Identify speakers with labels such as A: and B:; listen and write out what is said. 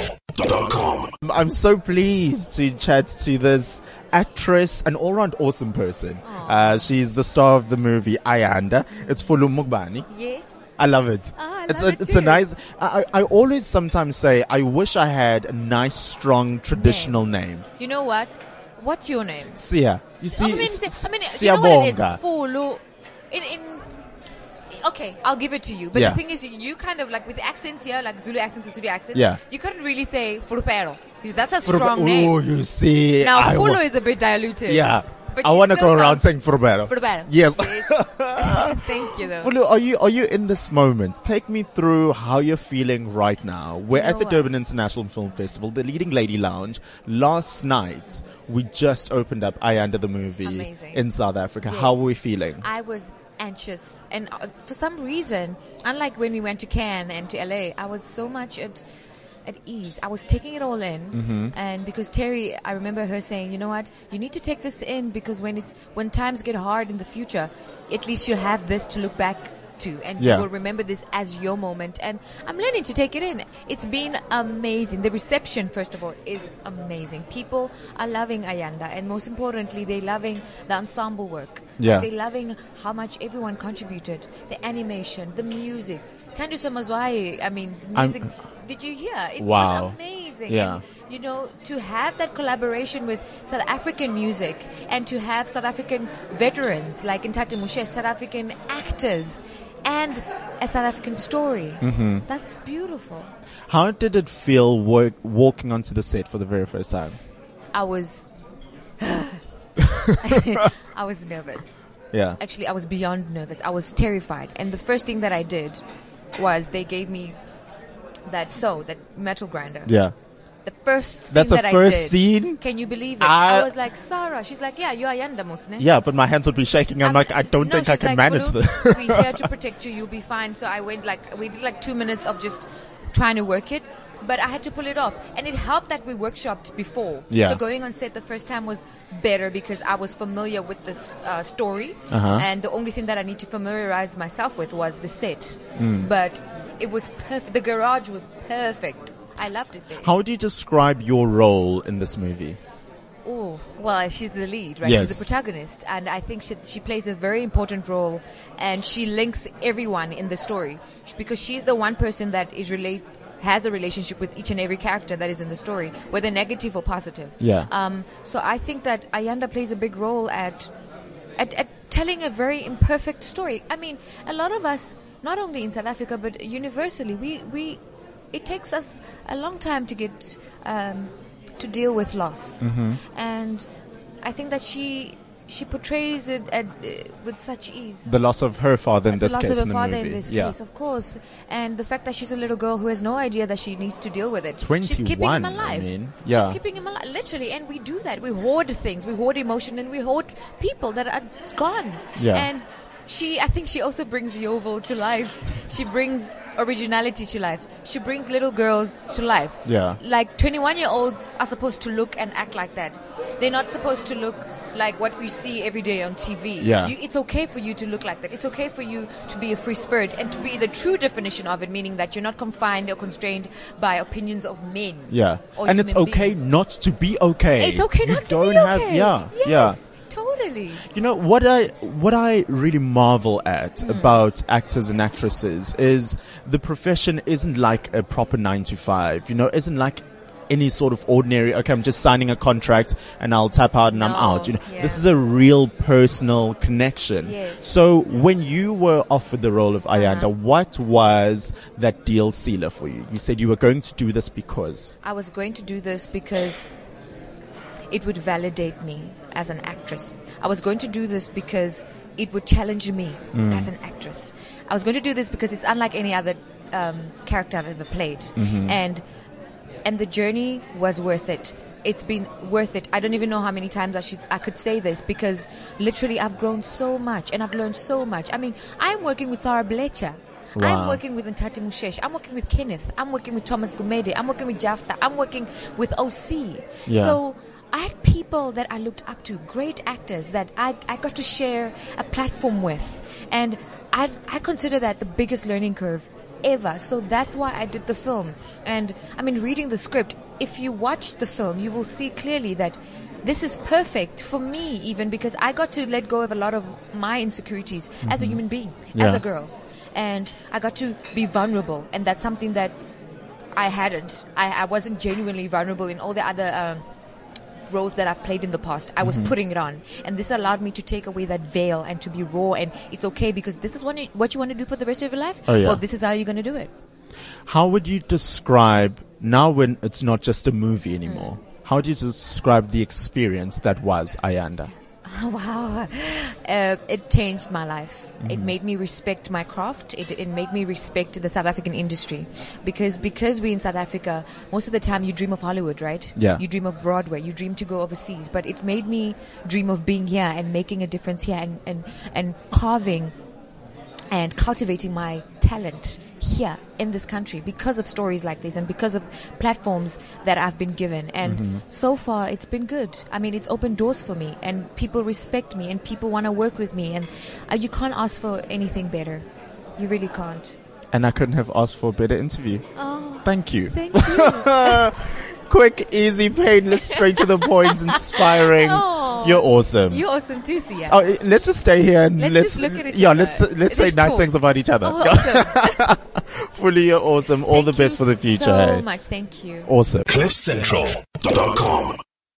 A: CliffCentral.com.
B: I'm so pleased to chat to this actress, an all-round awesome person. Uh, she's the star of the movie Ayanda. It's Fulu Mugbani.
C: Yes.
B: I love it.
C: Ah, I
B: it's
C: love
B: a,
C: it
B: it's a
C: too.
B: nice. I, I I always sometimes say I wish I had a nice, strong, traditional name.
C: You know what? What's your name?
B: Sia. You see,
C: I mean,
B: S-
C: I mean you
B: Sia
C: know what it is?
B: Bonga.
C: Fulu. In, in, okay, I'll give it to you. But
B: Yeah.
C: the thing is, you kind of like with accents here, like Zulu accent to Zulu accent,
B: Yeah.
C: you couldn't really say Furupero. Because That's a
B: Furub-
C: strong name.
B: Ooh, you see.
C: Now,
B: I
C: Fulu
B: wa-
C: is a bit diluted.
B: Yeah.
C: But
B: I
C: you
B: want to go
C: still
B: around
C: sound-
B: saying Furubero.
C: Furubero.
B: Yes.
C: Thank you, though.
B: Fulu, are you are you in this moment? Take me through how you're feeling right now. We're
C: You
B: at the
C: know
B: Durban International Film Festival, the leading lady lounge. Last night we just opened up I Under the movie
C: Amazing.
B: in South Africa. How
C: Yes.
B: are we feeling?
C: I was anxious, and uh, for some reason, unlike when we went to Cannes and to LA, I was so much at at ease. I was taking it all in,
B: Mm-hmm.
C: and because Terry, I remember her saying, "You know what? You need to take this in because when it's when times get hard in the future, at least you'll have this to look back." To, and
B: Yeah.
C: you will remember this as your moment and i'm learning to take it in it's been amazing the reception first of all is amazing people are loving ayanda and most importantly they're loving the ensemble work
B: Yeah.
C: they loving how much everyone contributed. The animation, the music. Tandu Samazwai, I mean, the
B: I'm-
C: music. did you hear? It
B: Wow.
C: was amazing.
B: Yeah.
C: And, you know, to have that collaboration with South African music and to have South African veterans like Ntate Mushe, South African actors, and a South African story.
B: Mm-hmm.
C: That's beautiful.
B: How did it feel work, walking onto the set for the very first time?
C: I was. I was nervous.
B: Yeah.
C: actually I was beyond nervous. I was terrified. And the first thing that I did was they gave me that so that metal grinder.
B: Yeah.
C: The first thing
B: That's the
C: that I
B: first
C: did.
B: scene?
C: Can you believe it?
B: I-
C: I, was like, Sarah, she's like, Yeah, you are Yanda Musne.
B: Yeah, but my hands would be shaking. I'm, like, I don't
C: no,
B: think I
C: she's
B: can
C: like,
B: manage
C: "Bulu,
B: this.
C: We're here to protect you. You'll be fine. So I went like we did like two minutes of just trying to work it, but I had to pull it off. And it helped that we workshopped before.
B: Yeah.
C: So going on set the first time was better because I was familiar with this uh, story,
B: Uh-huh.
C: and the only thing that I need to familiarize myself with was the set.
B: Hmm.
C: But it was perfect. The garage was perfect. I loved it there.
B: How would you describe your role in this movie?
C: Oh, well, she's the lead, right?
B: Yes.
C: She's the protagonist. And I think she, she plays a very important role and she links everyone in the story Sh- because she's the one person that is relate, has a relationship with each and every character that is in the story, whether negative or positive.
B: Yeah.
C: Um, so I think that Ayanda plays a big role at, at, at telling a very imperfect story. I mean, a lot of us, not only in South Africa, but universally, we, we, it takes us a long time to get, um, to deal with loss. And I think that she, she portrays it at, uh, with such ease
B: The loss of her father in
C: the
B: this
C: loss
B: case
C: of
B: in
C: her
B: the
C: father
B: movie.
C: in this
B: yeah.
C: case, of course, and the fact that she's a little girl who has no idea that she needs to deal with it. she's keeping
B: 21,
C: him
B: I
C: alive.
B: mean, yeah.
C: She's keeping him alive, literally. And we do that. We hoard things, we hoard emotion, and we hoard people that are gone.
B: Yeah.
C: And she, I think, she also brings Yovel to life. She brings originality to life. She brings little girls to life.
B: Yeah.
C: Like 21 year olds are supposed to look and act like that. They're not supposed to look like what we see every day on TV.
B: Yeah.
C: You, it's okay for you to look like that. It's okay for you to be a free spirit and to be the true definition of it, meaning that you're not confined or constrained by opinions of men.
B: Yeah.
C: or
B: And it's
C: human
B: okay
C: beings.
B: not to be okay.
C: It's okay
B: you
C: not
B: don't
C: to be
B: have,
C: okay.
B: Yeah.
C: Yes,
B: Yeah.
C: Totally.
B: You know what I what I really marvel at
C: Hmm.
B: about actors and actresses is the profession isn't like a proper 9 to 5. You know, isn't like any sort of ordinary okay, I'm just signing a contract and I'll tap out and I'm
C: No,
B: out. You know,
C: yeah.
B: this is a real personal connection.
C: Yes. Uh-huh.
B: So when you were offered the role of Ayanda, what was that deal sealer for you? You said you were going to do this because
C: I was going to do this because it would validate me as an actress. I was going to do this because it would challenge me as an actress. I was going to do this because it's unlike any other um, character I've ever played, and and the journey was worth it. It's been worth it. I don't even know how many times I should I could say this because literally I've grown so much and I've learned so much. I mean, I'm working with Sarah Blecher.
B: Wow.
C: I'm working with Ntati Mushesh. I'm working with Kenneth. I'm working with Thomas Gumede. I'm working with Jafta. I'm working with OC.
B: Yeah.
C: So I had people that I looked up to, great actors that I, I got to share a platform with. And I, I consider that the biggest learning curve whatever. So that's why I did the film. And I mean, reading the script, if you watch the film, you will see clearly that this is perfect for me, even because I got to let go of a lot of my insecurities as a human being, as
B: Yeah.
C: a girl. And I got to be vulnerable. And that's something that I hadn't. I, I wasn't genuinely vulnerable in all the other. Um, roles that I've played in the past. I was
B: Mm-hmm.
C: putting it on, and this allowed me to take away that veil and to be raw. And it's okay because this is what you, what you want to do for the rest of your life.
B: Oh, yeah.
C: Well, this is how you're going to do it.
B: How would you describe now when it's not just a movie
C: Mm.
B: anymore? How do you describe the experience that was Ayanda?
C: wow, uh, it changed my life. It made me respect my craft. It, it made me respect the South African industry because because we're in South Africa, most of the time you dream of Hollywood, right?
B: Yeah.
C: You dream of Broadway. You dream to go overseas, but it made me dream of being here and making a difference here and and and carving and cultivating my talent here in this country because of stories like this and because of platforms that I've been given. And
B: Mm-hmm.
C: so far, it's been good. I mean, it's opened doors for me, and people respect me, and people want to work with me. And uh, you can't ask for anything better. You really can't.
B: And I couldn't have asked for a better interview.
C: Oh,
B: Thank you.
C: thank you.
B: Quick, easy, painless, straight to the point, inspiring.
C: Oh.
B: You're awesome.
C: You're awesome too, Sia.
B: Oh, eh, let's just stay here and
C: Let's
B: let's,
C: just look at each
B: yeah,
C: other.
B: let's let's,
C: Let's
B: say nice
C: talk.
B: things about each other.
C: Oh, awesome.
B: Fully, you're awesome. All the
C: Thank
B: best for
C: you
B: the future.
C: So
B: hey.
C: much. Thank you.
B: Awesome.
A: CliffCentral.com.